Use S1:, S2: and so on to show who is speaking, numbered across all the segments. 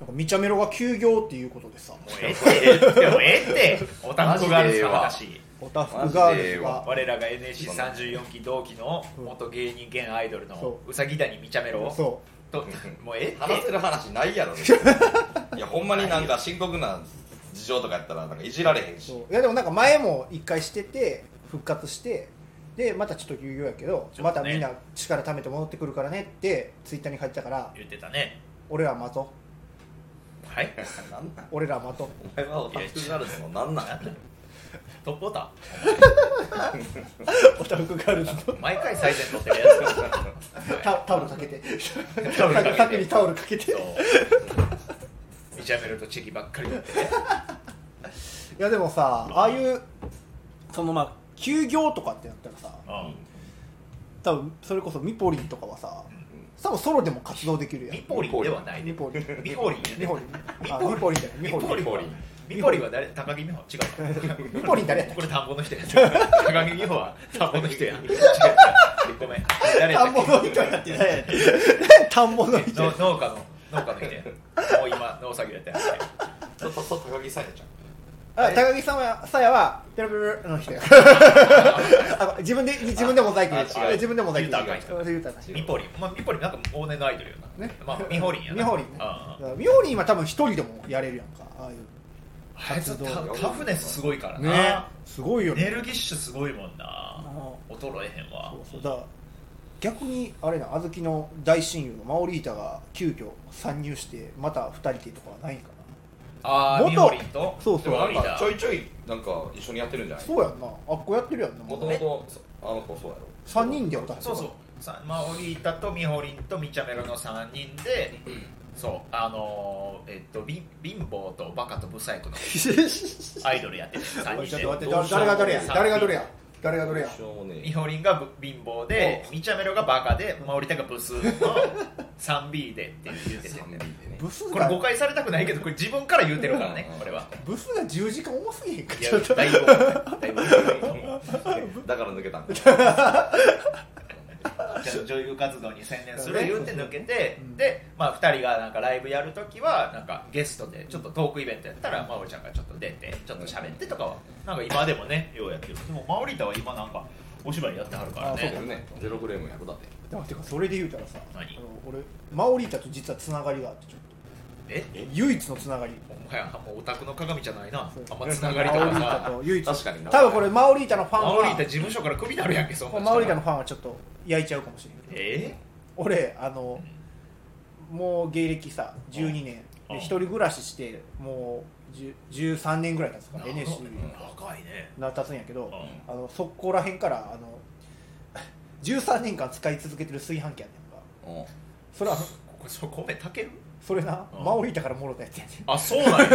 S1: なんかみちゃめろが休業っていうことでさ
S2: もうええってでもええってオタクがあるんですか
S3: マ
S2: 私
S1: オタフクガールズ
S3: マ
S1: が
S2: 我らが NSC34 期同期の元芸人兼アイドルの
S1: そう
S2: うさぎ谷みちゃめろ
S1: そ
S2: ともうええって
S3: 話せる話ない やろねいやほんまになんか深刻な事情とかやったらなんかいじられへん
S1: う
S3: し
S1: そういやでもなんか前も一回してて復活してでまたちょっと休業やけど、
S2: ちょ
S1: ま
S2: っとね
S1: たみんな力貯めて戻ってくるからねってツイッターに書いてたから
S2: 言ってたね
S1: 俺ら待とう
S2: はい
S3: なんなん
S1: 俺ら待 とう
S3: お前はオタクガールズのなんなんや
S2: トップオタ
S1: オタフクガールズ の
S2: 毎回最善取ってる やつ
S1: タタオルかけて
S2: タオルかけて
S1: 縦にタオルかけて
S2: そうみちゃめろとチェキばっかりだってね
S1: いやでもさああいうそのまあ休業とかってなったらさ多分それこそミポリンとかはさ多分ソロでも活動できるやん
S2: ミポリンではないね
S1: ミポリン
S2: ミポリンやね
S1: ミポリンあミポリンじゃないミポリン
S2: ミポリンミポリンは誰高木美穂違うか
S1: ミポリン誰やったっ
S2: これ田んぼの人や高木美穂は田んぼの人や違う違うごめん誰
S1: け
S2: や
S1: 田
S2: っ
S1: ん
S2: た
S1: ぼ
S2: っ
S1: の人やってない田んぼの
S2: け
S1: 人
S2: の
S1: や
S2: 農家の農家の人やもう今農作業やってますね
S3: ちょっとそう高木さやちゃん
S1: あ高木さんはさやはペロペロの人やあ自分で自分でモザイク入れて
S3: あ違う
S1: 自分でモザイク入れ
S2: 言うたらあかん
S1: て言うたらあかん
S2: ミポリン、まあ、ミポリンなんか往年のアイドルよな、
S1: ね
S2: まあ、ミホリンやな
S1: ミホリンね
S2: あ
S1: ミホリンは多分一人でもやれるやんかああいう
S2: あいつタタフネスすごいから
S1: ね
S2: な、
S1: すごいよ
S2: エネ
S1: ね
S2: ルギッシュすごいもんな
S1: あ
S2: 衰えへんわ
S1: そうそうだから逆にあれな小豆の大親友のマオリータが急遽参入してまた2人でとかはないんか
S2: ああ
S1: 元
S2: ミホリンと
S1: そう
S3: で
S1: そう
S3: も
S2: マオ
S3: なん
S2: リータ
S3: かちょいちょいなんか一緒にやってるんじゃ
S1: な
S3: ない
S1: そうやんなあっこやってるやんな
S3: もともとあの子そうやろ
S1: 3人でやったはず
S2: そうそうさマオリータとミホリンとミチャメロの3人でそうあのー、えっとび貧乏とバカとブサイクの アイドルやってる
S1: お
S2: 3
S1: いち
S2: 人
S1: ょっと待って
S2: で
S3: どう
S1: だ
S3: しよう
S1: 誰がどれや
S2: 三人
S1: 誰がどれや誰がどれや
S3: どうしようもねえ
S2: ミホリンがぶ貧乏でミチャメロがバカでマオリータがブスの 3B でって言 ってて
S3: 三人でね
S1: ブス
S2: これ
S1: が
S2: 誤解されたくないけどこれ自分から言うてるからねこれは
S1: ブスが10時間多すぎへんか
S2: い や
S1: ちょっと
S2: だいぶだい ぶ
S3: だから抜けたんだ
S2: じゃあ女優活動に専念する言うて抜けて、
S1: うん
S2: で、まあ、2人がなんかライブやるときはなんかゲストでちょっとトークイベントやったらまおりちゃんがちょっと出てちょっと喋ってとかはなんか今でもねようやってるでもまおりたは今なんかお芝居やってはるから
S1: あそうだ
S2: ね
S3: けどねゼロフレームやろだって
S1: でもてかそれで言うたらさあ
S2: 何
S1: の俺マオリータと実はつながりがあってちょっ
S2: え
S1: と唯一のつながり
S2: お前はもうオタクの鏡じゃないな
S1: そう
S2: あんまつながりと
S1: マオリ
S2: か
S1: ータ
S2: さ
S1: と唯一
S3: 確かにな
S1: 多分これマオリータのファンは
S2: まおりた事務所からクビになるやんけそんな人
S1: マオリータのファンはちょっと焼いちゃうかもしれんけど
S2: え
S1: 俺あのもう芸歴さ12年
S2: うん
S1: で一人暮らししてもう10 13年ぐらい経つから
S2: ー
S1: NSC
S2: 若いね
S1: な経つんやけ
S2: う
S1: ど
S2: ん
S1: あのそこら辺からあの13年間使い続けてる炊飯器やねんか
S3: うん
S1: それは
S2: ここそこ米炊ける
S1: それな
S2: うん
S1: マオリータからもろたやつやね
S2: あそ うなんや
S1: ん
S3: え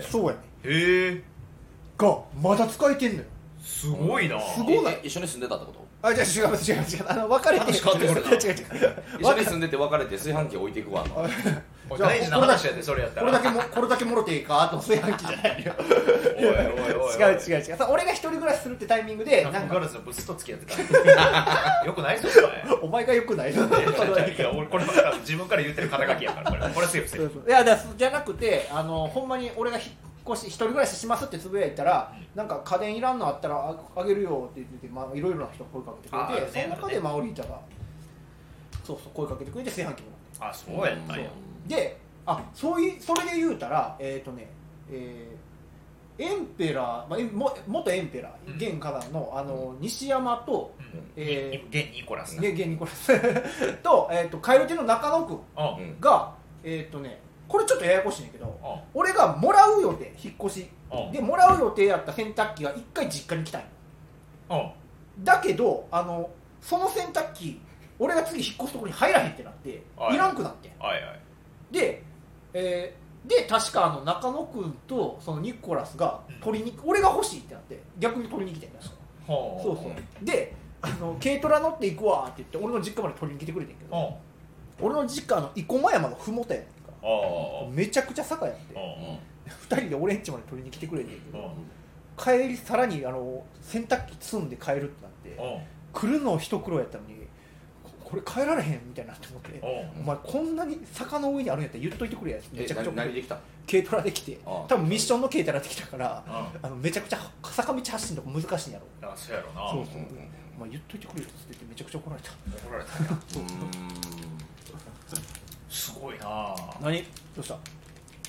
S3: ー
S1: そうやねん
S2: へえ
S1: がまだ使えてんのよ
S2: すごいな
S1: すごいな
S3: え一緒に住んでたってこと
S1: あじゃあ違う違う違うあの別れて
S2: 話変わってくるな
S1: 違う違う違う
S3: 一緒に住んでて別れて炊飯器置いていくわな
S2: おい大事な話やでそれやった
S1: これ
S2: ら
S1: だけもこれだけもろていいかと炊飯器じゃないのよ
S2: おいおいおい
S1: 違う違う違うさ俺が一人暮らしするってタイミングで
S2: な
S1: なんんか
S2: か ガラスのブスと付き合ってた よくないぞお
S1: お前がよくないそ
S2: 前いやいやい
S1: の
S2: や俺これは自分から言ってる肩書きやからこれこれセーフセーフ
S1: いやだじゃなくてあのほんまに俺が引っ越し一人暮らししますってつぶやいたら、なんか家電いらんのあったらああげるよって言ってて、まあ、いろいろな人が声かけて
S2: あ
S1: くれ
S2: ー
S1: て、その中
S2: ね
S1: でマオリータがそうそう声かけてくれて炊飯器もらっ
S2: あそうやったんや
S1: てであそういそれで言うたらえっ、とねえーエンペラー、まあ、えも元エンペラ
S2: うん
S1: ー現火山のあの、西山と
S2: うん
S1: え
S2: 現ニコラスな
S1: で芸人これ と,、えー、と蛙亭の中野君
S2: うんうん
S3: うん
S1: がえっ、とねこれちょっとややこしいねんだけど
S2: うん
S1: 俺がもらう予定引っ越し
S2: うん
S1: でもらう予定やった洗濯機が一回実家に来たんよだけどあのその洗濯機俺が次引っ越すとこに入らへんってなって
S2: はい
S1: いらんくなってん
S2: はいはい
S1: で、えーで確かあの中野君とそのニコラスが取りに、俺が欲しいってなって逆に取りに来てんだよ
S2: ほ
S1: そうそうであの軽トラ乗って行くわって言って俺の実家まで取りに来てくれてんけ
S2: うん
S1: ど俺の実家あの生駒山の麓やねんか
S2: ああ
S1: めちゃくちゃ坂やって
S2: うん
S1: 2人で俺ん家まで取りに来てくれてんけ
S2: うん
S1: ど帰りさらにあの洗濯機積んで帰るってなって
S2: うん
S1: 来るの一苦労やったのにここれ帰られへんみたいなと思って
S2: おう
S1: お前こんなに坂の上にあるんやったら言っといてくれやめちゃくちゃ
S3: えな何できた
S1: 軽トラできて
S3: ああ
S1: 多分ミッションの軽トラできたから
S2: あ
S1: あのめちゃくちゃ坂道走るのが難しいんやろ
S2: あそうやろな
S1: そう
S3: うんうん
S1: お前言っといてくれよって言ってめちゃくちゃ怒られた
S2: 怒られたんや
S3: うーん
S2: すごいな
S1: 何どうした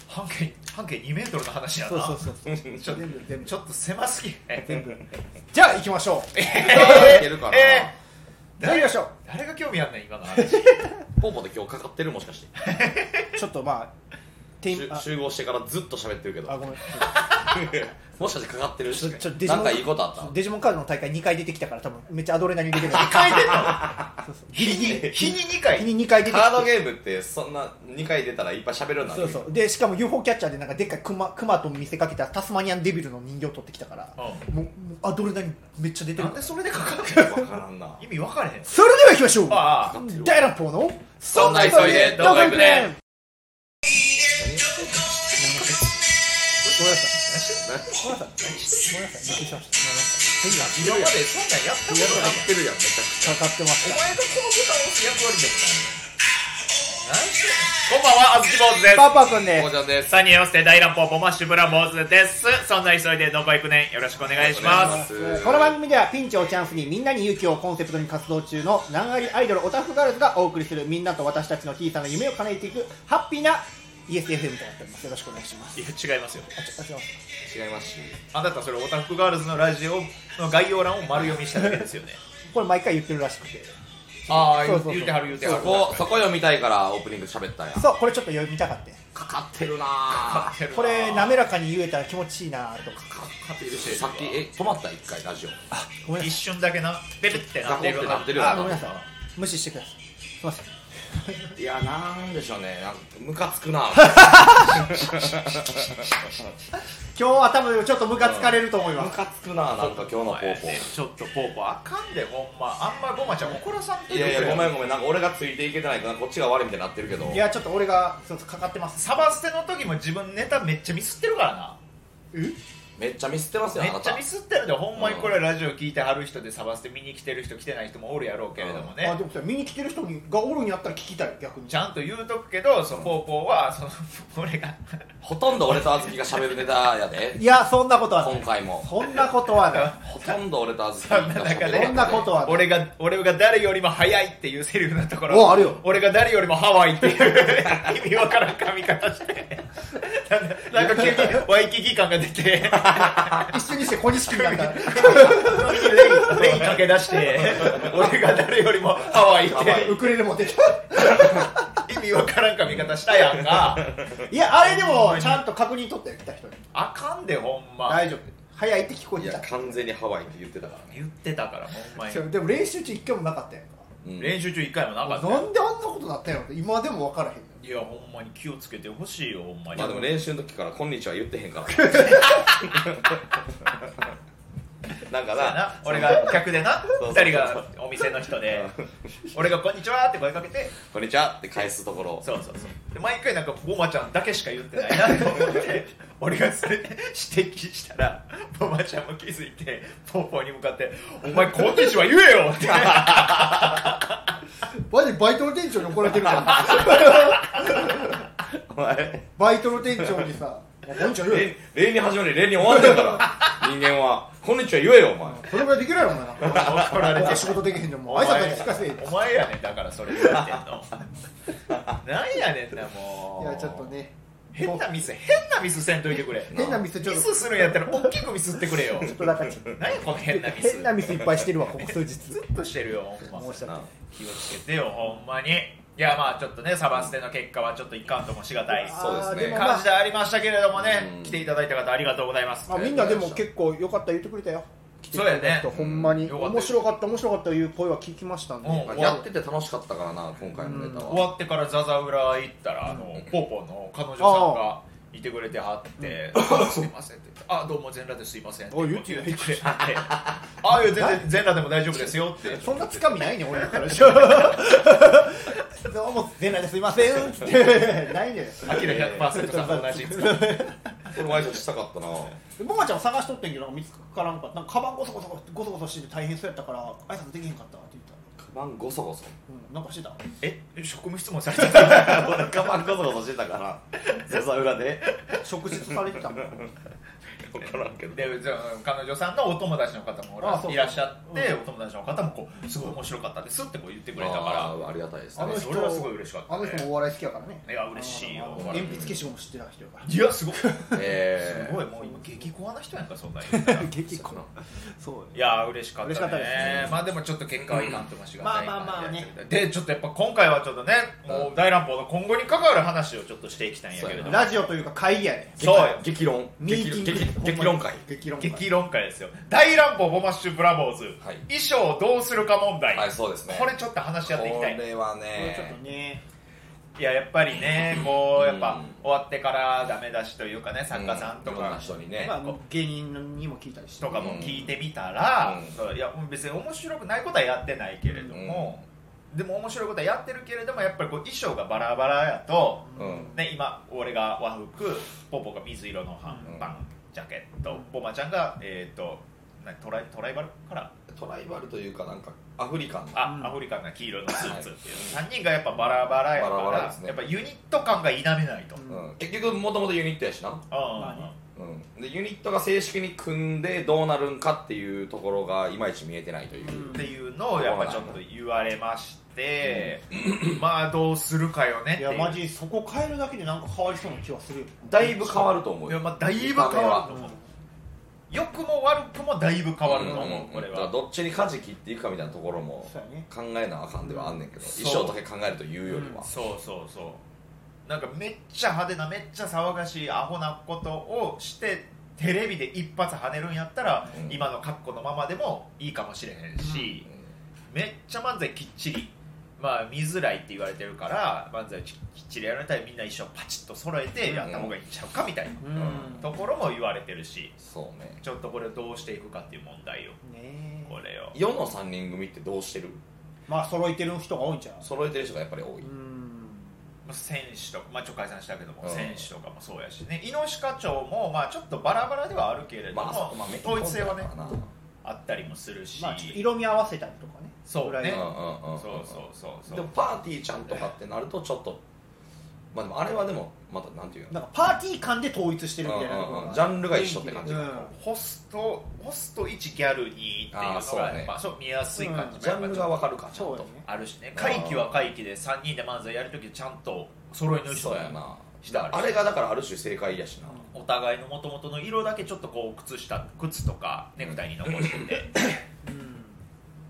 S2: 半径半径2メートルの話やな
S1: そうそうそうそう
S2: ちょ
S1: 全部全部
S2: ちょっと狭すぎ
S1: 全部じゃあ行きましょう
S3: いけるかな
S2: え
S1: 行きましょ
S2: 誰が興味あんねん今の 話
S3: ポーポーで今日かかってるもしかして
S1: うちょっとまあて
S3: 集
S1: あ
S3: 集合してからずっと喋ってるけど
S1: あごめん
S3: もしかしてかかってる
S1: ちょちょデジモン
S3: なんかいいことあった
S1: デジモンカードの大会2回出てきたから多分めっちゃアドレナリン出てる2
S2: 書いてんの
S1: そうそう
S2: 日に日に2回
S1: 日に2回出てき
S3: カ
S1: て
S3: ードゲームってそんな2回出たらいっぱい喋るようになる
S1: そうそうでしかも UFO キャッチャーでなんかでっかいクマクマと見せかけたタスマニアンデビルの人形取ってきたから
S2: う
S1: もうもうアドレナリンめっちゃ出てる
S2: なんでそれでかかって るの
S3: わからんな
S2: 意味分かれへん
S1: それでは行きましょう
S2: ああ
S1: 大乱暴の
S3: そんな急いでどこ行くねん
S1: ごめんなさいごめんなさいごめんなさいびっくりしました
S2: 何してんの今までそんなんやったことない
S3: かかってるやんめちゃくち
S1: かかってま
S2: お
S1: し
S2: 前
S1: た
S2: がこのボタンを押す役割だった何してんのこんばんはあずき坊主で
S1: パパくんで
S3: ゃこ
S1: す
S3: うちゃんです
S2: す3人合わせて大乱暴ボマッシュブラ坊主ですそんな急いでどこ行くねんよろしくお願いします
S3: す
S1: この番組ではピンチをチャンスにみんなに勇気をコンセプトに活動中の難ありアイドルオタフガールズがお送りするみんなと私たちの小さな夢を叶えていくハッピーな ESFM となっておりますよろしくお願いします
S2: いや違いますよ
S1: あちょあ違います
S3: 違いますし
S2: あなたそれオタフガールズのラジオの概要欄を丸読みしただけですよね
S1: これ毎回言ってるらしくて
S3: あ
S1: そうそうそう
S2: 言うてはる言うて
S3: そ
S2: はる
S3: こそこ読みたいからオープニング喋ったんや
S1: そうこれちょっと読みたかって
S3: かかってるな
S2: か
S3: か
S2: かってるな
S1: これ滑らかに言えたら気持ちいいなとか
S3: ってるしさっきえ止まった一回ラジオ
S1: ごめんな
S2: 一
S1: さい
S2: 瞬だけなベルってなってる
S3: ザコってなってる
S1: あごめんなさい
S2: あ
S1: 無視してくださいすいません
S3: いやなんでしょうねなんかムカつくな
S1: 今日は多分ちょっとムカつかれると思い
S3: ム
S1: ます
S3: カつくななんか今日のポ
S2: お前
S3: ーポ
S2: ね
S3: ー
S2: ちょっとポーポーあかんでほんまあんまごまちゃん怒らさんとい
S3: い
S2: てくれ
S3: やいやごめんごめんなんか俺がついていけてないからこっちが悪いみたいになってるけど
S1: いやちょっと俺がそうそうかかってます
S2: サバステの時も自分ネタめっちゃミスってるからな
S3: めっちゃミスってますよ
S2: め
S3: あな
S2: っち
S3: た
S2: ゃミスってるでほんまにこれラジオ聞いてはる人でサバステ見に来てる人来てない人もおるやろうけれどもね、
S1: あでもさ見に来てる人にがおるんやったら聞きたい逆に
S2: ちゃんと言うとくけどその高校はその 俺が
S3: ほとんど俺とあずきが喋るネタやで
S1: いやそんなことはな
S3: 今
S1: い
S3: 回も
S1: そんなことはない
S3: ほとんど俺とあずきが喋るネタやで
S1: そんなことはない
S2: 俺が俺が誰よりも早いっていうセリフのとこ
S1: お
S2: ろ
S1: あるよ
S2: 俺が誰よりもハワイっていう意味わからん髪型してなんかなんか急にワイキキ感が出て
S1: 一瞬にして小錦になった
S2: レイ駆け出して俺が誰よりもハワイっ
S3: ハワ
S1: ウ
S2: て
S1: クレレ持ってきた
S2: 意味わからん髪型したやんか
S1: いやあれでもちゃんと確認取ってきた人に
S2: あかんでほんま
S1: 大丈夫早いって聞こえ
S3: い
S1: て
S3: や
S1: た
S3: 完全にハワイって言ってたからね
S2: 言ってたからほんまに
S1: そうでも練習中一回もなかったやんか
S3: うん
S2: 練習中一回もなかった
S1: な
S2: よ
S1: んであんなことなったんやろって今でも分からへんのよ
S2: いやほんまに気をつけてほしいよほんまに
S3: まあでも練習の時から「こんにちは」言ってへん からなんか
S2: そうやな
S3: な
S2: 俺が客でな
S3: そうそうそう
S2: 2人がお店の人で俺が「こんにちは」って声かけて
S3: 「こんにちは」って返すところ
S2: そうそうそうで毎回なんかボマちゃんだけしか言ってないなと思って 俺がそれ指摘したらボマちゃんも気づいてポーポーに向かって「お前こんにちは言えよ」って
S1: マジバイトの店長に怒られてるからな
S3: お 前
S1: バイトの店長にさ「お前こんにちは言えよ
S3: 礼礼に始まり礼に終わってんから人間は「こんにちは」言えよお前
S1: それぐらいできるやろお前な
S2: 怒られ
S1: お前
S2: て
S1: 仕事できへんじゃんも
S2: お
S1: う挨拶
S2: 前
S1: だけしかせえ
S2: お前やねんだからそれ言われてんのなんやねんなも
S1: いうやちょっとね
S2: 変なミス変なミスせんといてくれ
S1: 変なミスちょっ
S2: ミ
S1: と
S2: スするんやったら大きくミスってくれよ
S1: ちょっとなんかちょっ
S2: 何やこの変なミ
S1: と
S2: ス
S1: 変なミスいっぱいしてるわここ数日
S2: ずっとしてるよほんま
S1: 申し訳ない
S2: 気をつけてよほんまにいやまあちょっとねサバステの結果はちょっといかんともしがたい
S3: そうですね
S1: あーもまあ
S2: 感じでありましたけれどもね、
S3: うん
S2: 来ていただいた方ありがとうございます
S1: まあ、みんなでも結構良かった言ってくれたよ来てくれた人
S2: そうやね
S1: ほんまに、
S2: うんよかった
S1: 面白かった面白かったいう声は聞きましたんで、
S2: うん
S3: まあやってて楽しかったからな今回のネタ
S2: 終
S3: は
S2: わってからザザ裏行ったらあのポーポーの彼女さんがいてくれてはって「すいません」って言って「あどうも全裸ですいません」って
S1: おい
S2: 言
S1: 言
S2: っ
S1: ってて
S2: く
S1: よ
S2: れて「ああいや全然全裸でも大丈夫ですよ」って
S1: そんなつかみないね俺らからしたらどうも出ないですいませんっつってないね
S2: 「アキラ100%さんと同じ」
S3: 俺も挨拶したかったな
S1: でもまちゃん探しとってんけどなんか見つからんかったなんかカバンゴソゴソゴソゴソしてて大変そうやったから挨拶できへんかったって言った
S3: バンゴソゴソ
S2: なんかしてたえ職務質問されてた
S3: 俺カバンゴソゴソしてたから 座座裏で
S1: 職質されてたもん
S3: 分からんけど
S2: でじゃあ彼女さんのお友達の方も
S1: あそうそう
S2: いらっしゃって、
S1: うん
S2: お友達の方もこうすごい面白かったですってこう言ってくれた
S3: あ
S2: か
S3: ーありがたいです
S2: ら
S3: ね
S2: あの人それはすごい嬉しかった
S1: あ
S2: ね
S1: の人もお笑い好きやからね
S2: いや嬉しいよ
S1: あのあの鉛筆消しゴム知ってた人やから
S2: いやすごいす
S3: えー
S2: ごいもう今激怖な人やんかそんなん言ったら
S1: ら激怖 そうよ
S2: いやー嬉しかった
S1: 嬉し
S2: ね
S1: かったですね
S2: まあでもちょっと結果はいかんともしがたい
S1: まあまあまあね
S2: でちょっとやっぱ今回はちょっとねもう大乱暴の今後に関わる話をちょっとしていきたいんやけれども
S1: ラジオというか会議やね
S2: そうよ
S3: 激論
S1: ミーティング
S3: 激
S1: ほんまに
S3: 激
S1: 激
S3: 論会
S1: 論会
S2: 激論会ですよ大乱暴ボマッシュブラボーズ、
S3: はい
S2: 衣装どうするか問題、
S3: はいそうですね
S2: これちょっと話し合っていきたい
S3: これは
S1: これちょっ
S3: ね
S1: とね
S2: いややっぱりねこうやっぱ
S3: うん
S2: 終わってからダメ出しというかね作家さんと
S3: ういろな
S2: か、
S3: 人にね、
S1: まあ芸人にも聞いたりして
S2: とかも聞いてみたら、
S3: うん
S2: そういや別に面白くないことはやってないけれども、でも面白いことはやってるけれどもやっぱりこう衣装がバラバラやと、
S3: うん
S2: ね、今俺が和服ポポが水色の半パン、ジャケットボマちゃんが、えー、となトライトライバルカラー
S3: トライバルというかなんかアフリカンな
S2: あ、
S1: うん
S2: アフリカンな黄色のスーツっていう3人がやっぱバラバラやから
S3: バラバラですね
S2: やっぱユニット感が否めないと、
S1: うん
S3: うん、結局もともとユニットやしな、
S2: あ
S1: まあね
S3: うん、でユニットが正式に組んでどうなるんかっていうところがいまいち見えてないという、
S1: うん
S2: っていうのをやっぱちょっと言われまして、まあどうするかよねっ
S1: い
S2: てい
S1: や
S2: う
S1: マジそこ変えるだけでなんか変わりそうな気はするよ
S3: だいぶ変わると思う
S2: いや
S3: よ、
S2: まあだいぶ変わると思う良くも悪くもだいぶ変わると思う、
S3: ん
S2: これ
S3: だから
S2: は
S3: どっちに舵切っていくかみたいなところも
S1: そうやね
S3: 考えなあかんではあんねんけど、
S2: そう
S3: 衣装だけ考えるというよりは、
S2: そうそうそうなんかめっちゃ派手なめっちゃ騒がしいアホなことをしてテレビで一発跳ねるんやったら、
S3: うん
S2: 今の格好のままでもいいかもしれへんし、めっちゃ漫才きっちりまあ見づらいって言われてるから漫才をききっちりやられたらみんな衣装パチッと揃えてやった方がいいんちゃうかみたいな
S1: う
S2: ところも言われてるし
S3: そうね
S2: ちょっとこれをどうしていくかっていう問題を
S1: ね
S2: これを
S3: 世の3人組ってどうしてる
S1: まあ揃えてる人が多いんじゃない
S3: 揃えてる人がやっぱり多い、
S1: うん
S2: まあ選手とか、まあ、ちょっと解散したけども、
S3: うん
S2: 選手とかもそうやしね、猪鹿町も、まあ、ちょっとバラバラではあるけれども、
S3: まあそこまあメインコ
S2: 統
S3: ン
S2: 一性はね
S3: だ、からな
S2: あったりもするし、
S1: まあちょっと色味合わせたりとかね
S2: そうね
S1: ぐらいの
S3: うんうんうん
S2: そうそうそう
S3: で
S2: そ
S3: も
S2: う、
S3: パーティーちゃんとかってなるとちょっとまあでもあれはでもまたなんていうの
S1: なんかパーティー感で統一してるみたいなところ
S3: うんうんう
S1: が
S3: んジャンルが一緒って感じ
S1: うん
S2: ホスト、ホスト1、ギャル2っていうの
S3: あ
S2: が
S3: ーそうね
S2: まあ、そう見やすい感じ
S3: ジャンルがわかるかちゃん
S1: そう
S3: と
S1: やね
S2: あるしね、会期は会期で3人で漫才やるとき、ちゃんと揃いの人
S3: そうや
S2: やな。
S3: な
S2: したある
S3: あれがだからある種正解やしな、
S2: お互いの元々の色だけちょっとこう靴下靴とかネクタイに残してて
S1: うん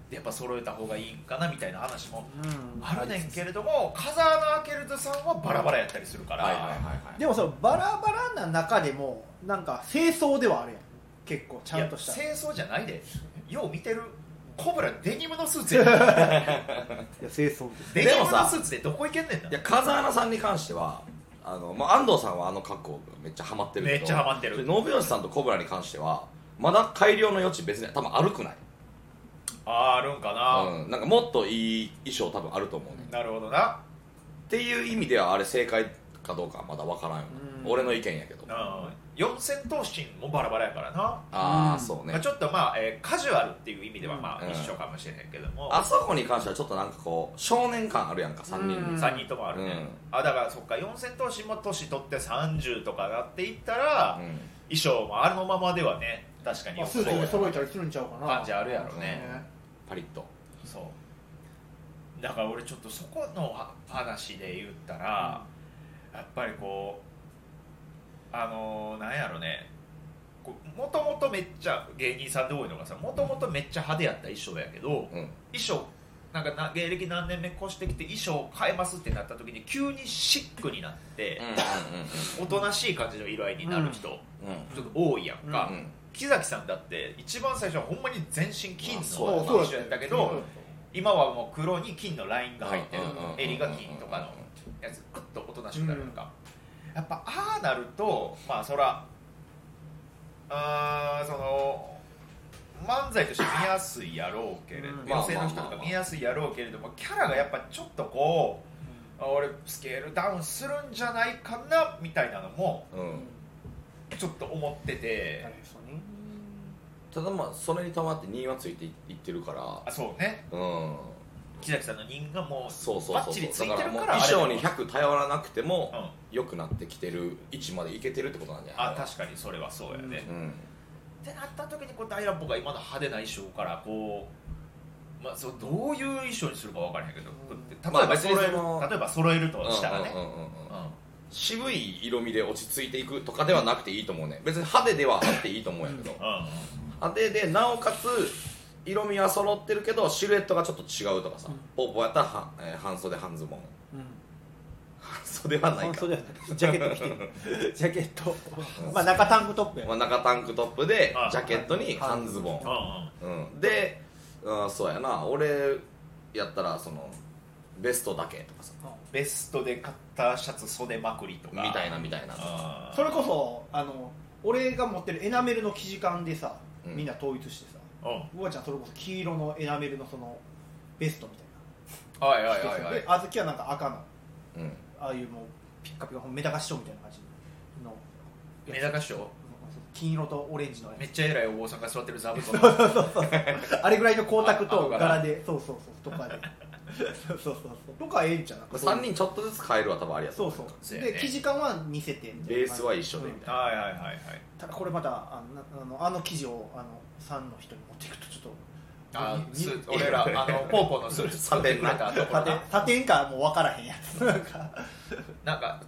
S2: やっぱ揃えた方がいいんかなみたいな話も
S1: うん
S2: あるねんけれども風穴開けるとさんはバラバラやったりするから、
S3: はい
S1: でもそのバラバラな中でもなんか清掃ではあるやん結構ちゃんとした
S2: い
S1: い
S2: や清掃じゃないでよう見てるコブラデニムのスーツ や
S1: や清掃です
S2: デニ
S3: で
S2: ム
S3: も
S2: の
S3: さ
S2: スーツでどこ行けんねんない
S3: や風穴さんに関してはあの、まあ、安藤さんはあの格好がめっちゃハマってるけど
S2: めっちゃハマってる
S3: で信義さんとコブラに関してはまだ改良の余地別に多分あるくない
S2: あーあるんかな、
S3: うん、なんかもっといい衣装多分あると思うね
S2: なるほどな
S3: っていう意味ではあれ正解かどうかはまだ分からんよな、
S1: うん
S3: 俺の意見やけど
S2: うん四千頭身もバラバラやからな、
S3: ああ
S1: うん
S3: そうね、
S2: まあ、ちょっとまあ、えーカジュアルっていう意味では
S1: うん
S2: まあ
S3: うん
S2: 一緒かもしれへんけども、
S3: あそこに関してはちょっとなんかこう少年感あるやんか3人、
S1: うん
S2: 3人ともあるね、
S3: うん
S2: あだからそっか四千頭身も年取って30とかなっていったら、
S3: うん
S2: 衣装もあのままではね確かに
S1: ま
S2: よ
S1: あスー
S2: く
S1: ツ
S2: そう
S1: で
S2: や
S1: 揃えたりするんちゃうかな
S2: 感じあるやろね、
S1: ね
S3: パリッと
S2: そうだから俺ちょっとそこのは話で言ったら、やっぱりこうあのーなんやろねこうもともとめっちゃ芸人さんで多いのがさもともとめっちゃ派手やった衣装やけど
S3: うん
S2: 衣装なんかな芸歴何年目越してきて衣装を変えますってなった時に急にシックになって、おとなしい感じの色合いになる人、
S3: うんうんうん
S2: ちょっと多いやんか、
S1: う
S3: うんうん
S2: 木崎さんだって一番最初はほんまに全身金の
S3: そうやな
S2: 一緒やったけど、今はもう黒に金のラインが入ってる
S3: うんうんうん
S2: 襟が金とかのやつクッとおとなしくなるとか、やっぱああなるとまあそらあーその漫才として見やすいやろうけれど
S1: うん
S2: 女性の人と
S3: まあまあまあ
S2: か
S3: まあ
S2: 見やすいやろうけれどもキャラがやっぱちょっとこう俺スケールダウンするんじゃないかなみたいなのも
S3: うん
S2: ちょっと思ってて
S1: あれですよね
S3: ただまあそれに伴って2位はついていってるから
S2: あそうね
S3: うん
S2: 木崎さんの人がもう
S3: そうそう
S2: バ
S3: そ
S2: ッ
S3: う
S2: チリつい
S3: そ
S2: て
S3: う
S2: るか
S3: だかららもう
S2: あれ
S3: 衣
S2: でも
S3: 装に100頼らなくても
S2: うん
S3: 良くなってきてる位置までいけてるってことなんじゃない
S2: あ確かにそれはそうやね、
S1: う
S3: うん
S2: ってなった時にこう大乱暴が今の派手な衣装からこう、まあ、そうどういう衣装にするか分からへんけど、例
S3: ま
S2: えば
S3: あ別に
S2: 揃える、
S3: その
S2: 例えば揃えるとしたらね、
S3: うんうんうんうん
S2: うん
S3: 渋い色味で落ち着いていくとかではなくていいと思うね別に派手ではあっていいと思うんやけど派手でなおかつ色味は揃ってるけどシルエットがちょっと違うとかさ、
S1: うん
S3: ポーポーやったらは、えー半袖半ズボ ン半袖はない
S1: 半
S3: か
S1: 袖じゃないジャケット着てるジャケット まあ中タンクトップや
S3: まあ、中タンクトップで
S2: あ
S3: ジャケットに半ズボン
S2: うんうん
S3: うん、で、うん、そうやな俺やったらそのベストだけとかさ
S2: ベストで買ったシャツ袖まくりとか
S3: みたいなみたいな
S2: あー
S1: それこそあの俺が持ってるエナメルの生地感でさ
S3: うん
S1: みんな統一してさ
S2: うん
S1: おばちゃんそれこそ黄色のエナメルのそのベストみた
S2: はいはい
S1: いな
S2: はいはい
S1: で小豆はなんか赤の
S3: うん
S1: ああいうもうピッカピカほんまメダカ師匠みたいな感じの
S2: メダカ賞
S1: 金色とオレンジのや
S2: め
S1: つ
S2: っちゃ偉いお坊さんが座ってる座布 団
S1: あれぐらいの光沢と
S2: ああの柄
S1: 柄でそうそうそうとかでそうそうそうそうとかええんちゃうなんかそういう
S3: 3人ちょっとずつ変えるは多分ありやと
S1: そ
S3: 思
S1: うそう
S2: そうやね
S1: で生地感は似せてみたいな感じ
S3: ベースは一緒でみたいな
S2: はいはいはいはい
S1: ただこれまたあのなあのあの記事をあの3の人に持っていくとちょっと
S2: あ
S1: に
S2: スーツ俺らあのポーポーのスーツ作ってくれたところ
S1: 縦
S2: な
S1: 縦かもう分からへんやつなんか
S2: なんか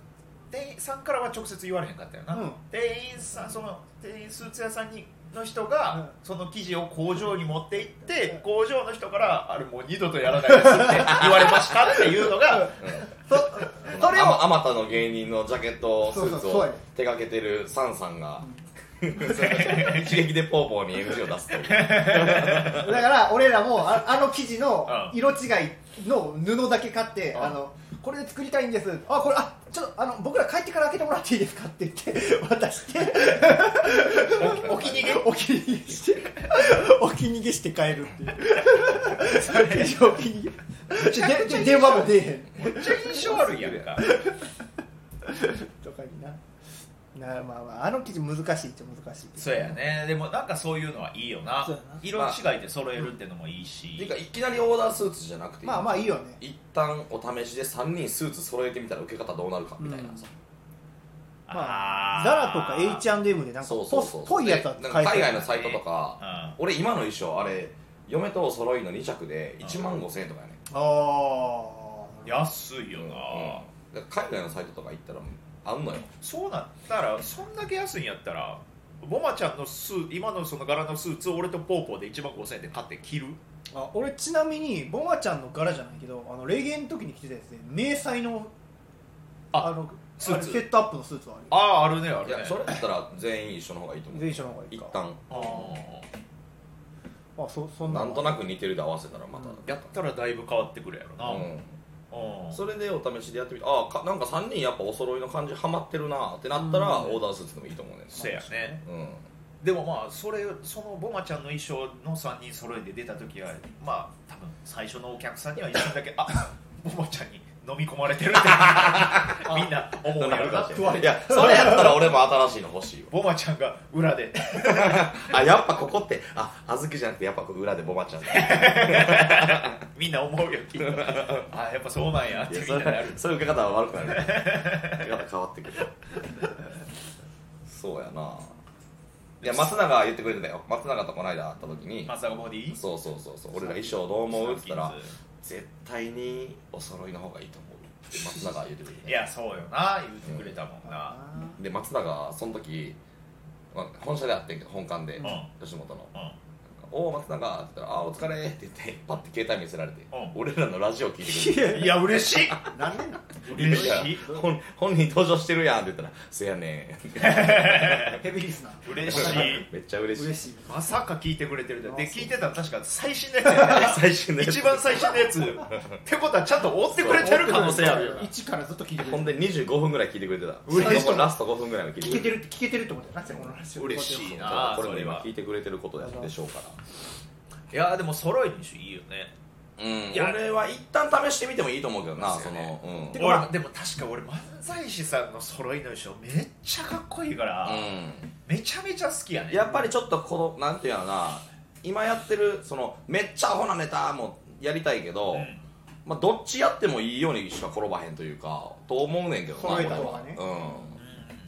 S2: 店員さんからは直接言われへんかったよな、
S1: うん
S2: 店員さんその店員スーツ屋さんにの人が、
S1: うん
S2: その生地を工場に持って行って、工場の人から「あれもう二度とやらないです」って言われましたっていうのが
S1: そそ
S3: そ
S1: れ
S3: れ
S1: を
S3: をあまたの芸人のジャケットスーツ
S1: そうそうそう
S3: を
S1: やね
S3: 手掛けてるサンさんが 一撃でポーポーに NG を出すという
S1: だから俺らもああの生地の
S2: うん
S1: 色違いの布だけ買って、
S2: うん
S1: あのこれで作りたいんですあこれあちょっとあの僕ら帰ってから開けてもらっていいですかって言って渡して
S2: お気に入り
S1: お気に入りしてお気に入りして帰るっていうそれ以上お気に入り でで電話も出えへん
S2: めっちゃ印象あるやんか
S1: とかにななまあまああの記事難しいっちゃ難しいけど
S2: そうやねでもなんかそういうのはいいよな
S1: そうやな
S2: 色違いで揃えるってのもいいし、
S3: ていうかいきなりオーダースーツじゃなくて
S1: まあまあいいよね
S3: 一旦お試しで3人スーツ揃えてみたら受け方どうなるかみたいなさ、
S1: まあ、ザラ
S2: あ
S1: と
S2: ー
S1: か H&M でなんか
S3: そう
S1: ポ
S3: そう
S1: ス
S3: そ
S1: っ
S3: う
S1: ぽいやつは
S3: でなんか海外のサイトと
S2: う
S3: か
S2: ん
S3: 俺今の衣装あれ嫁とお揃いの2着で1万5000円とかやね、
S1: ああ
S2: 安いよな、
S3: うん海外のサイトとか行ったらあんのよ
S2: そうなったらそんだけ安いんやったらボマちゃんのスー今のその柄のスーツを俺とポーポーで1万5000円で買って着る
S1: あ俺ちなみにボマちゃんの柄じゃないけどあのレゲエの時に着てたやつで迷彩の
S2: あ
S1: の
S2: スーツ
S1: あれセットアップのスーツはあるよ
S2: あああるねあ
S3: いやそれだったら全員一緒の方がいいと思う
S1: 全員一緒の方がいい
S3: 一
S1: か
S3: 旦
S2: あ
S1: あそそんな
S3: な
S1: の
S3: んとなく似てるで合わせたらま
S1: うん
S2: や
S3: た、
S2: ったらだいぶ変わってくるやろな、
S3: うん
S2: うん
S3: それでお試しでやってみてああかなんか3人やっぱお揃いの感じハマってるなってなったら
S1: うん
S3: オーダースーツでもいいと思うねんな
S2: せやね
S3: うん
S2: でもまあそれそのボマちゃんの衣装の3人揃えて出た時はまあ多分最初のお客さんには一瞬だ けあボマちゃんに飲み込まれてるって みんな思うやろ
S3: な
S2: な
S3: る
S1: 食わ
S3: か
S1: れ
S3: いやそれやったら俺も新しいの欲しいわ
S2: ボマちゃんが裏で
S3: あやっぱここってあ小豆じゃなくてやっぱここ裏でボマちゃんだい
S2: みんな思うよ きっとあやっぱそうなんやって
S3: や
S2: みん
S3: そ
S2: な
S3: れ
S2: なる
S3: そういう受け方は悪くなる受け方変わってくるそうやないや松永が言ってくれてたよ松永とこの間会った時に
S2: 松坂ボディ
S3: そうそうそうそう俺ら衣装どう思うって言った
S2: ス
S3: ら
S2: ナッキー
S3: 絶対にお揃いの方がいいと思うって松永が言ってくれて
S2: ズ
S3: ね
S2: いやそうよな言ってくれたもんな
S1: あ
S3: で松永はその時、まあ、本社で会ってんけど本館で、
S2: うん
S3: 吉本の
S2: うん
S3: 「おお松永」って言ったら「あーお疲れ」って言ってパッて携帯見せられて、
S2: ん
S3: 俺らのラジオ聞いてくれて
S1: ー
S2: いや嬉しい
S1: なんでなん
S2: 嬉しい
S3: 本本人登場してるやんって言ったら「せやねん」
S1: ヘビーリスナー
S2: 嬉しい
S3: めっちゃ嬉しい
S1: 嬉しい
S2: まさか聞いてくれてるで
S1: あ
S2: で
S1: そう
S2: 聞いてたの確か最新のや
S3: 最新
S2: つ
S3: の
S2: や
S3: やつ
S2: 一番最新のやつってことはちゃんと追ってくれてる可能性あるよな
S1: 一からずっと聞いてくれ
S3: ほん
S1: る
S3: で25分ぐらい聞いてくれてた
S1: 嬉しい
S3: 最後ラスト5分ぐらいの聞いて
S1: 聞け
S3: くれ
S1: て
S3: て
S1: る聞けてるってことだなこの話
S2: 嬉しいなあー
S3: これも今
S2: それは
S3: 聞いてくれてることやでしょうから
S2: いやでも揃いのしいいよね
S3: うん
S2: いや
S3: 俺は一旦試してみてもいいと思うけどな
S2: そう
S3: そ
S2: ですよね
S3: のうん
S1: てかまあ
S2: 俺でも確か俺漫才師さんの揃いの衣装めっちゃかっこいいから
S3: うん
S2: めちゃめちゃ好きやね
S3: やっぱりちょっとこのなんていうのかな今やってるそのめっちゃアホなネタもやりたいけど、
S2: うん
S3: まあ、どっちやってもいいようにしか転ばへんというかと思うねんけどな
S1: 揃えた
S3: 俺
S1: 方
S3: は
S1: がね
S3: うん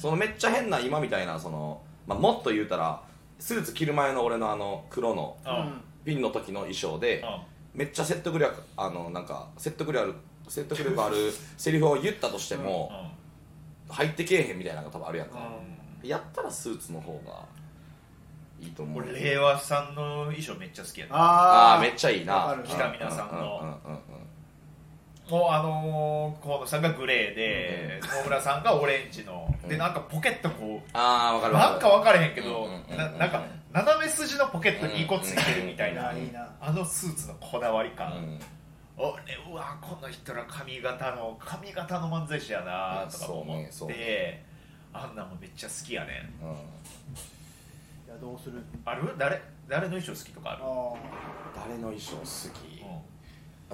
S3: そのめっちゃ変な今みたいなその、まあ、もっと言うたらスーツ着る前の俺のあの黒の
S2: うんうん
S3: ピンの時の衣装でめっちゃ説得力あのなんか説得力ある説得力あるセリフを言ったとしても入ってけえへんみたいなのが多分あるやんかやったらスーツの方がいいと
S2: うん
S3: 思う
S2: 俺令和さんの衣装めっちゃ好きやな
S1: あ
S3: ああめっちゃいい
S1: わか
S3: な
S1: る
S2: 北皆さんの
S3: うんうんうんうん
S2: もうあのー河野さんがグレーで野村さんがオレンジの
S3: うん
S2: でなんかポケットこ
S3: ああわ
S2: う
S3: かるわ
S2: なんか分からへんけ
S3: う
S2: ど
S3: んうんうんうん
S2: ななんか斜め筋のポケットに2個ついてるみたい
S1: あ
S2: な
S1: ーいいな
S2: あのスーツのこだわり感、
S3: うん
S2: 俺うわこの人ら髪型の髪型の漫才師やなとか思
S3: うん
S2: っ
S3: そうねそう
S2: てあんなもんめっちゃ好きやねん
S3: うん
S1: いやどうする
S2: ある誰誰の衣装好きとかあ
S1: あ
S2: る
S1: ー
S3: 誰の衣装好き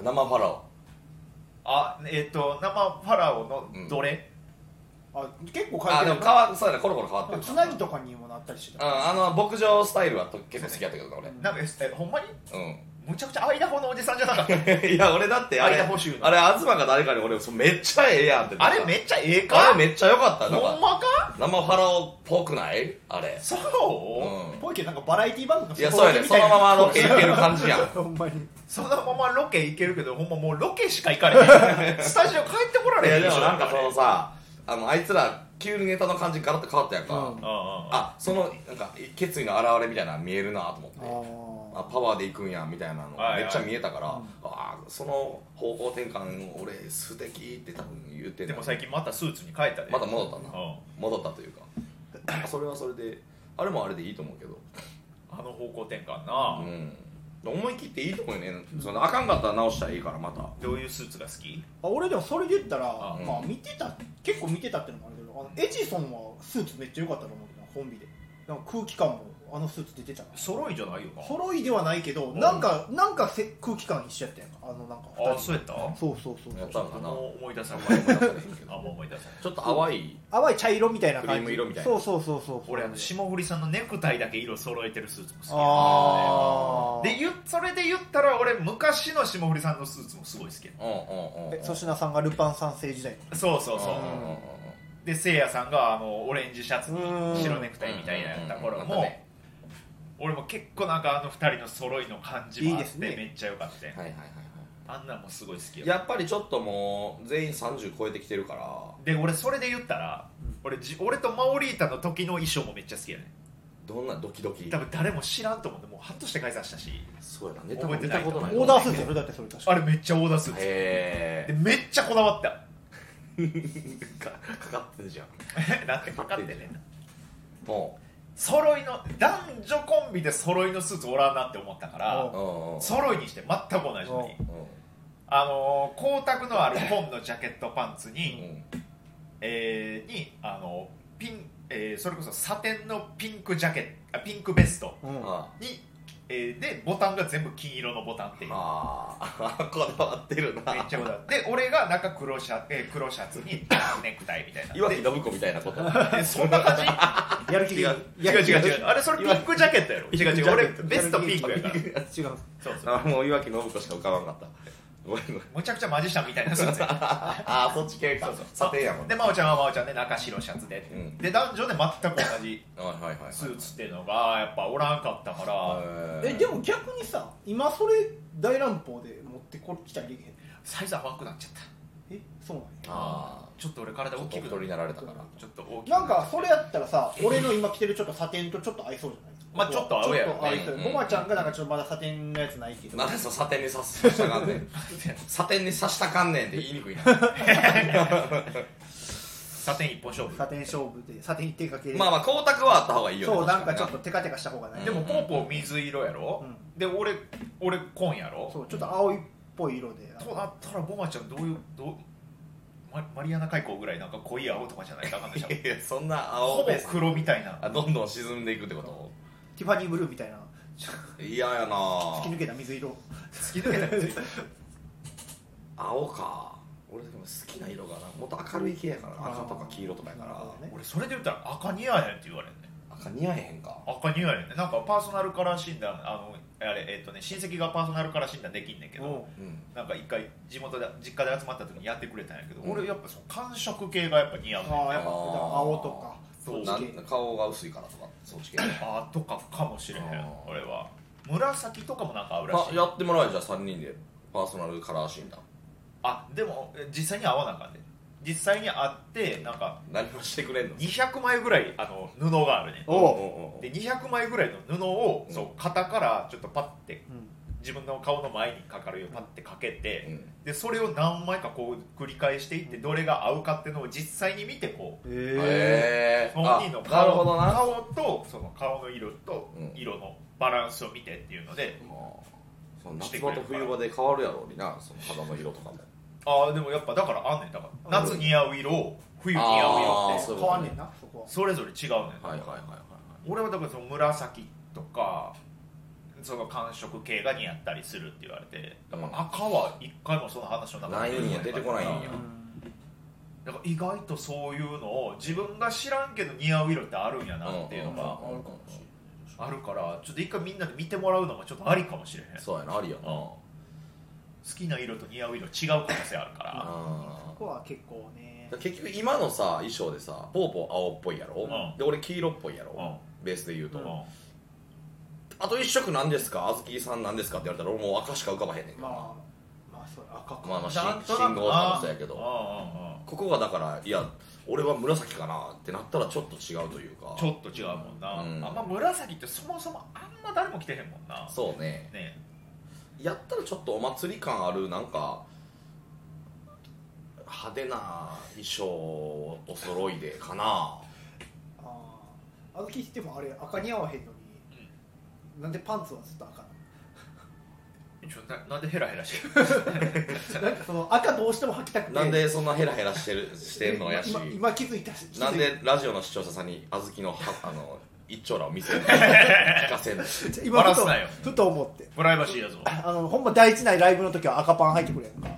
S2: うん
S3: 生ファラオ
S2: あえっ、と生ファラオのどれ、
S1: あ結構変
S3: あ
S1: えて
S3: で
S1: る
S3: も変わそうやねコロコロ変わってる
S1: つなぎとかにもなったりして
S3: うん
S1: た
S3: あの牧場スタイルはと結構好きやったけどな俺
S2: なんかえほんまに
S3: うん
S2: むちゃくちゃアイダホのおじさんじゃなかった
S3: いや俺だってあれ
S2: 間補修の
S3: あれ東が誰かに俺そうめっちゃええやんって
S2: あれめっちゃええ
S3: あ
S2: か
S3: れめっちゃ良かったなん
S2: ほん
S3: か
S2: まか
S3: 生ファラオっぽくないあれ
S2: そう、
S3: うん
S1: ぽいけどなんかバラエティ番組の
S3: いやそうやねそのままロケ行ける感 じやん
S1: ほんまに
S2: そのままロケ行けるけどほんまもうロケしか行かれ へんスタジオ帰ってこられ
S3: い
S2: へ
S3: や
S2: ん
S3: でもなんかその
S2: う
S3: さあのあいつら急にネタの感じガラッと変わったやんか
S1: うん
S2: んうん
S3: あそのなんか決意の表れみたいなの見えるなと思って
S1: あ
S3: あパワーでいくんやみたいなの
S2: はいはい
S3: めっちゃ見えたから、
S1: うん
S3: あーその方向転換俺素敵って多分言って
S2: で
S3: んだ
S2: も最近またスーツに変えたで
S3: また戻ったな
S2: うん
S3: 戻ったというかまあ それはそれであれもあれでいいと思うけど、
S2: あの方向転換
S3: う
S2: な、
S3: ん、思い切っていいと思うよねそのあかんかったら直したらいいからまた
S2: どういうスーツが好き
S1: あ俺でもそれで言ったら
S2: うん
S1: まあ見てた結構見てたってのもあるけどあのエジソンはスーツめっちゃ良かったと思うけどコンビでなんか空気感もあのスーツ出てたな
S2: 揃いじゃないよな
S1: 揃いではないけど
S3: ん
S1: なんかなんかせ空気感一緒やったやんかあのなんか
S2: あ
S1: 二人
S2: そうやったも
S1: そうそうそう
S3: やったん
S2: う
S3: かな
S2: 思い出さ ん
S3: 思い出されへんけど
S2: あもう思い出さん
S3: ちょっと淡い
S1: 淡い茶色みたいな感じ
S3: クリーム色みたいな
S1: そうそうそうそう
S2: 俺あの霜降りさんのネクタイだけ色揃えてるスーツも好き
S1: ああ
S2: でゆそれで言ったら俺昔の霜降りさんのスーツもすごい好きや
S3: うんうんうんうん
S1: え粗品さんがルパン三世時代
S2: そうそうそう
S3: うんうんうんうん
S2: でせいやさんがあのオレンジシャツに
S1: うん
S2: 白ネクタイみたいなやった頃
S3: うんうんうんうんまた
S2: も
S3: ね
S2: 俺も結構なんかあの二人の揃いの感じもあっ
S1: いいです
S2: て
S1: ね
S2: めっちゃ良かったね
S3: はいはいはいはい
S2: あんなんもすごい好きや
S3: やっぱりちょっともう全員30超えてきてるから
S2: で俺それで言ったら俺じ俺とマオリータの時の衣装もめっちゃ好きやね
S3: どんなドキドキ
S2: 多分誰も知らんと思ってもうハッとして解散したし
S3: そうやなネタ
S2: 覚
S3: も
S2: えて
S3: 見
S2: な
S3: た
S2: い
S3: ことない
S1: オーダースーツやろだってそれ確か
S2: あれめっちゃオーダースーツ
S3: へ
S2: で
S3: え
S2: めっちゃこだわった
S3: かかかってるじゃん
S2: なんてかかってね
S3: も
S2: 揃いの男女コンビで揃いのスーツおらんなって思ったから
S3: ううんうん
S2: 揃いにして全く同じのに
S1: お
S2: あのー光沢のある紺のジャケットパンツ
S3: うんう
S2: に,、
S3: ん
S2: えーにあのピン、えーそれこそサテンのピンクジャケットあピンクベスト
S1: うん
S3: あ
S2: に、えーでボタンが全部金色のボタンっていう
S3: あ こだわってるな
S2: めっちゃこだわってで俺が中黒シャ,、えー黒シャツにネクタイみたいな
S3: 岩城信子みたいなこと
S2: えそんな感じ
S1: やる気で
S3: 違う
S2: 違う違う違うあれそれピンクジャケットやろ違う違う俺ベストピンクやから
S1: 違う
S2: そうそう
S3: あもう岩城信子しか浮かばんかったごめんごめん
S2: むちゃくちゃマジシャンみたいなスーツや
S3: ああそっち系か
S2: そうそう
S3: 査定やもん
S2: で真央ちゃんは真央ちゃんで中白シャツで、
S3: うん
S2: で男女で全く同じ
S3: はいはいはいはい
S2: スーツっていうのがやっぱおらんかったから、
S1: えでも逆にさ今それ大乱暴で持ってこきたりできへん
S2: サイズ合わんくなっちゃった
S1: えそうなんや
S3: ああ
S2: ちょっと俺体大き
S3: 大き
S2: く
S3: くになられたから
S2: ちょっと大きく
S1: なんかそれやったらさ俺の今着てるちょっとサテンとちょっと合いそうじゃない
S2: まあちょっと合うや
S1: ちょ
S2: ろね
S1: っと合いそう
S3: うん
S1: ボマちゃんがなんかちょっとまだサテンのやつないけど
S3: なんでそう査定にさしたかんねん査定にさしたかんねんって言いにくいな
S2: サテン一本勝負
S1: サテン勝負でサテン一点かけで
S3: まあまあ光沢はあった方がいいよね
S1: そうなん
S3: 確
S1: か
S3: に
S1: ちょっとテカテカした方がない
S2: でもポーポー水色やろ、
S1: うん
S2: で俺俺紺やろ
S1: そうちょっと青いっぽい色で
S2: となったらボマちゃんどういうどうママリアナ海溝ぐらいなんか濃い青とかじゃないとあかんでしょ
S3: いやそんな
S2: ほ
S3: 青
S2: ぼ
S3: ベース
S2: 黒みたいな
S3: あどんどん沈んでいくってこ
S1: ティファニーブルーみたいな
S3: と嫌やな
S1: 突き抜けた水色
S2: 突き抜けたやつ
S3: 青か俺でも好きな色がなもっと明るい系やからな赤とか黄色とかやか
S1: なるほど
S3: ら
S1: ね
S2: 俺それで言ったら赤似合えへんって言われんね
S3: 赤似合えへんか
S2: 赤似合えへんねなんかパーソナルカラー診断あのあれえっとね親戚がパーソナルカラー診断できんねんけど
S3: うん
S2: なんか一回地元で実家で集まった時にやってくれたんやけど、
S3: うん
S2: 俺やっぱその寒色系がやっぱ似合うねん
S1: ああやっぱ
S3: あー
S1: 青とか
S2: そう
S1: そ
S3: な
S1: っち
S3: ん
S1: 系
S3: 顔が薄いからとかそっち 系
S2: あーとかかもしれへん
S3: あー
S2: 俺は紫とかもなんか合うら
S3: あ
S2: しい
S3: やってもらえじゃあ3人でパーソナルカラー診断
S2: あでもえ実際に合わなあかんで実際に会ってなんか
S3: 何もしてくれんの
S2: 200枚ぐらいあの布があるね
S1: お
S3: お
S2: で200枚ぐらいの布を、
S3: うん
S2: そう肩からちょっとパッて
S1: うん
S2: 自分の顔の前にかかるようにパッてかけて、
S3: うん
S2: でそれを何枚かこう繰り返していってどれが合うかっていうのを実際に見てこう
S1: え
S3: へえ
S2: その本人の
S3: なる
S2: 顔
S3: ほどな
S2: 顔とその顔の色と
S3: うん
S2: 色のバランスを見てっていうので、
S3: その夏場と冬場で変わるやろうになその肌の色とかも
S2: ああでもやっぱだからあんねんだから夏似合う色冬似合う色
S3: あー
S2: って
S3: そういう
S1: 変
S3: こ
S1: わ
S3: とね
S1: んねんなそこは
S2: それぞれ違うねん、
S3: はいはいはいはい
S2: 俺はだからその紫とかその寒色系が似合ったりするって言われてだから赤は一回もその話の中
S3: ないんや出てこないんや
S1: うん
S2: だから意外とそういうのを自分が知らんけど似合う色ってあるんやなっていうのが
S1: あるかもしれん
S2: あるからちょっと一回みんなで見てもらうのもちょっとありかもしれへん好
S3: そうやなありやな
S2: きな色と似合う色違う可能性あるから
S3: あ
S1: そこは結構ね
S3: ー結局今のさ衣装でさぽーぽー青っぽいやろ、
S2: ん
S3: で俺黄色っぽいやろ、
S2: う
S3: ベースで言うと、
S2: うん
S3: あと一色なんですかあずきさんなんですかって言われたら俺もう赤しか浮かばへんねんけどな
S1: まあまあそれ赤か
S3: まあまあし
S2: なんとなく
S3: 信号さんもそうやけ
S2: うん
S3: ど
S2: うんうん
S3: ここがだからいや俺は紫かなってなったらちょっと違うというか
S2: ちょっと違うもんな、
S3: うん
S2: あんま紫ってそもそもあんま誰も着てへんもんな
S3: そうね
S2: ね
S3: やったらちょっとお祭り感あるなんか派手な衣装をお揃いでかな
S1: あああずきってもあれ赤似合わへんのになんでパンツはずっと赤な
S2: ちょななんでヘラヘラしてる
S1: の なんかその赤どうしても履きたくて
S3: なんでそんなヘラヘラしてるしてんのやし
S1: 今今気づいたし
S3: なん
S1: 気づい
S3: でラジオの視聴者さんに小豆のは あの一丁羅を見 せるの聞かせんの
S1: た今ふと
S2: バラすなよ
S1: ふと思って
S2: プライバシーやぞ
S1: あのほんま大事なライブの時は赤パン履いてくれやんか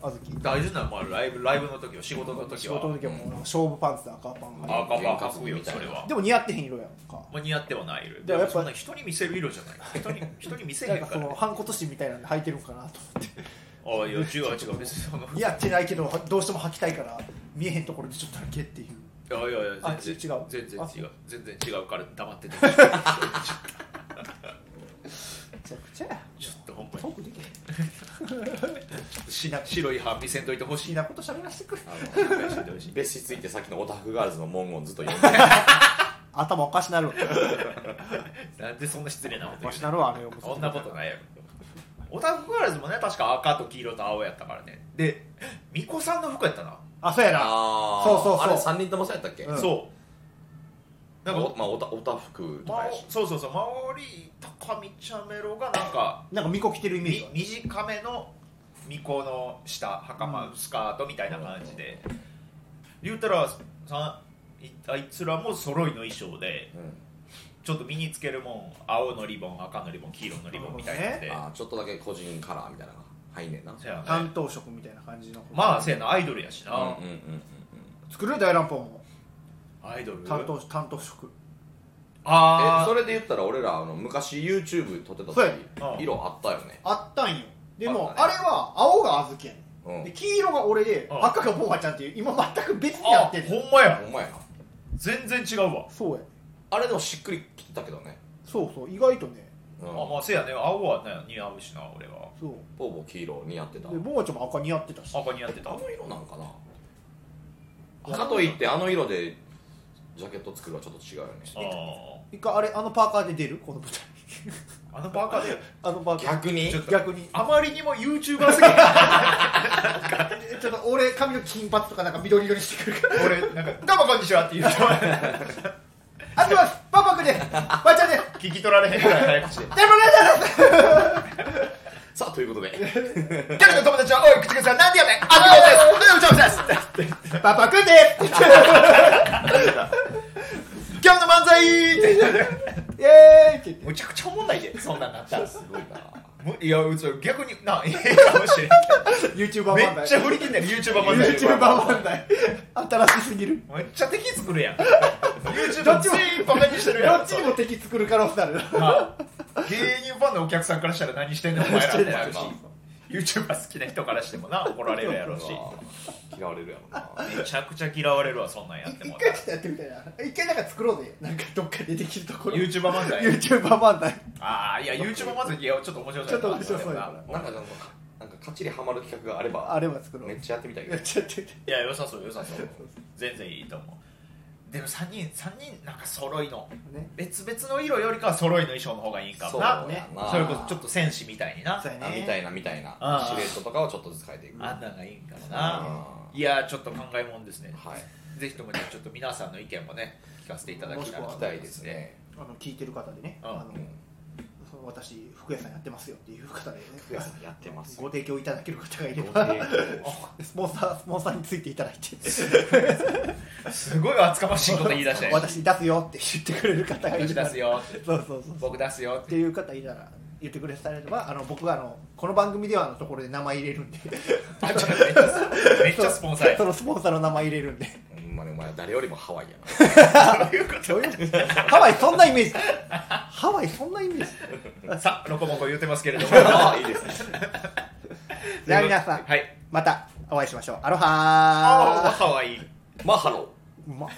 S1: あずき
S2: 大事なのはライブライブの時は仕事の時は
S1: 仕事の時はもう勝負パンツで赤パン
S2: あ
S1: 履い
S2: 赤パンかっこいいよそれは
S1: てでも似合ってへん色やんか
S2: まあ、似合ってはない色
S1: でもやっぱ
S2: そんな人に見せる色じゃない人 に人に見せ
S1: なん
S2: へん
S1: か
S2: か
S1: そ
S2: ら、
S1: の
S2: ね、
S1: ハンコとしみたいなんで履いてるんかなと思っ
S2: ああいや違う違う別にそ の
S1: ていやってないけどどうしても履きたいから見えへんところでちょっとだけっていう
S2: いやいやい
S1: あ
S2: や全然
S1: 違う
S2: 全然
S1: あ
S2: 違う全然違うから黙ってて
S1: めちゃくちゃや
S2: ちょっとほんま
S1: ト
S2: に
S1: ークできへん
S2: しな白い歯見せんといてほしいなこと喋らせてくれ
S3: あの
S2: 見せんといてほしい
S3: 別室行ってさっきのオタフガールズの文言ずっと言って
S1: 頭おかしなるわ
S2: なんでそんな失礼なこと
S1: お
S2: 言
S1: か
S2: う
S1: し
S2: の
S1: なるわあれを
S2: そんなことないやろオタフガールズもね確か赤と黄色と青やったからねで巫女さんの服やったな、
S1: あそうやな
S3: あ
S1: そうそうそう
S3: あれ3人ともそうやったっけ、
S1: うん
S2: そうなんか
S3: おまあオタオタ服と
S2: ま
S3: か
S2: あ
S3: やし、
S2: そうそうそうマオリ高見ちゃめろがなんか
S1: なんか巫女着てるイメージ
S2: み
S1: がある
S2: 短めの巫女の下袴スカートみたいな感じで、言うたらさいあいつらも揃いの衣装で
S3: うん
S2: ちょっと身につけるもん青のリボン赤のリボン黄色のリボンみたいなので、
S3: あーちょっとだけ個人カラーみたいなのが入んねんな
S2: せやね
S1: 担当職みたいな感じの子
S2: まあせやなアイドルやしな、
S3: うんうんうんうん
S1: 作る大乱暴も
S2: アイドル
S1: 担当担当職
S2: あ
S3: え
S2: あ
S3: それで言ったら俺らあの昔 YouTube 撮ってた
S1: そう
S3: 時
S1: や
S2: うん
S3: 色あったよね、
S1: あったんよでも
S3: あ
S1: あ
S3: った
S1: れは青が小豆やねん
S3: うん、
S1: で黄色が俺で
S2: うん
S1: 赤がボーガちゃんっていう今全く別にや
S2: あ
S1: ってんねん
S2: ほんまや
S3: ほんまやな
S2: 全然違うわ、
S1: そうやね
S3: あれでもしっくりきてたけどね、
S1: そうそう意外とね
S3: うん、
S2: あまあせやね青は、ね、似合うしな俺は
S1: そう
S3: ほぼ黄色似合ってたあ
S1: でボーガちゃんも赤似合ってたし
S2: 赤似合ってた
S3: の色なんかなかといってあの色でジャケット作るはちょっと違うよね
S2: あ
S1: 一回あれあのパーカーで出るこの舞台
S2: ーあのバカで
S1: あのパーカー
S3: 逆に
S1: ちょっと逆に
S2: あまりにも YouTuber すぎて
S1: えちょっと俺髪の金髪とかなんか緑色にしてくるから
S2: 俺なんか「どうもこんにちは」って言う人は
S1: あっますパパくですばあちゃんです
S2: 聞き取られへんぐらい早口で
S1: でもね
S3: さあということで
S2: 「ギャルの友達はおい口癖は何でやねん!」「あのです」「うちです」って言って
S1: パパくんです
S2: 「今日の漫才!」って言って
S1: イエーイって言って
S2: むちゃくちゃお もんないでそんなんなったら
S3: すごいな
S2: むいやうち逆にないいかもしれんけ
S1: YouTuber
S2: ど
S1: 漫才
S2: めっちゃ振り切んねる YouTuber 漫才
S1: YouTuber 漫才新しすぎる
S2: めっちゃ敵作るやん
S1: ど
S2: YouTuber
S1: っちも
S2: 全員バカにしてる
S1: ど
S2: やん
S1: っちにも敵作る可能性ある
S2: まあ芸人ファンのお客さんからしたら何してんのお前らってなるし YouTuber 好きな人からしてもな怒られるやろうし
S3: 嫌われるやろな
S2: めちゃくちゃ嫌われるわそんなんやっ
S1: 一
S2: て も
S1: 回ちょっとやってみたいな一回なんか作ろうぜなんかどっかでできるところ
S2: YouTuber 漫才
S1: YouTuber 漫才
S2: ああいや YouTuber 漫才いやちょっと面白そうやな
S1: ちょっと面白そうやな
S2: れも
S3: なんかでもなんかかっちりハマる企画があれば
S1: あれば作ろう
S3: めっちゃやってみたいけ
S1: や
S3: ど
S1: っちゃってみたい
S2: いや良さそう良さそう全然いいと思うでも3人三人なんか揃いの
S1: ね
S2: 別々の色よりかは揃いの衣装の方がいいんかもな
S3: そうやな
S2: それこそちょっと戦士みたいにな
S1: そうや
S3: あ
S1: ね
S3: みたいなみたいな
S2: あー
S3: シルエットとかをちょっとずつ変えていく
S2: あんなんがいいんかもな
S3: あ
S2: いやーちょっと考えもんですね
S3: ーはい
S2: ぜひともねちょっと皆さんの意見もね聞かせていただきたい
S1: もしくは
S3: 期待ですね
S1: あの聞いてる方でね、
S2: うん
S1: あの
S3: うん
S1: その私服屋さんやってますよっていう方でね
S3: 服屋さんやってます
S1: ご提供いただける方がいれ
S3: ご
S1: ば
S3: 提 供
S1: スポンサースポンサーについていただいて
S2: すごい厚かましいこと言い出したよ
S1: 私出すよって言ってくれる方がい
S2: 私
S1: れば
S2: 出すよ
S1: そうそうそう
S2: 僕出すよ
S1: っていう方いたら言ってくれされればあの僕はあのこの番組ではのところで名前入れるんで
S2: あちょっとめっちゃめっちゃスポンサーや
S1: そのスポンサーの名前入れる んで
S3: ほんまにお前は誰よりもハワイやな
S2: ということで
S1: ハワイそんなイメージハワイそんなイメージ
S2: さあロコモコ言ってますけれども
S3: あーいいですね
S1: じゃあ皆さん
S2: はい
S1: またお会いしましょうアロ
S2: ああ
S1: ハ
S2: かわいい
S3: マハロ
S1: ーうまっ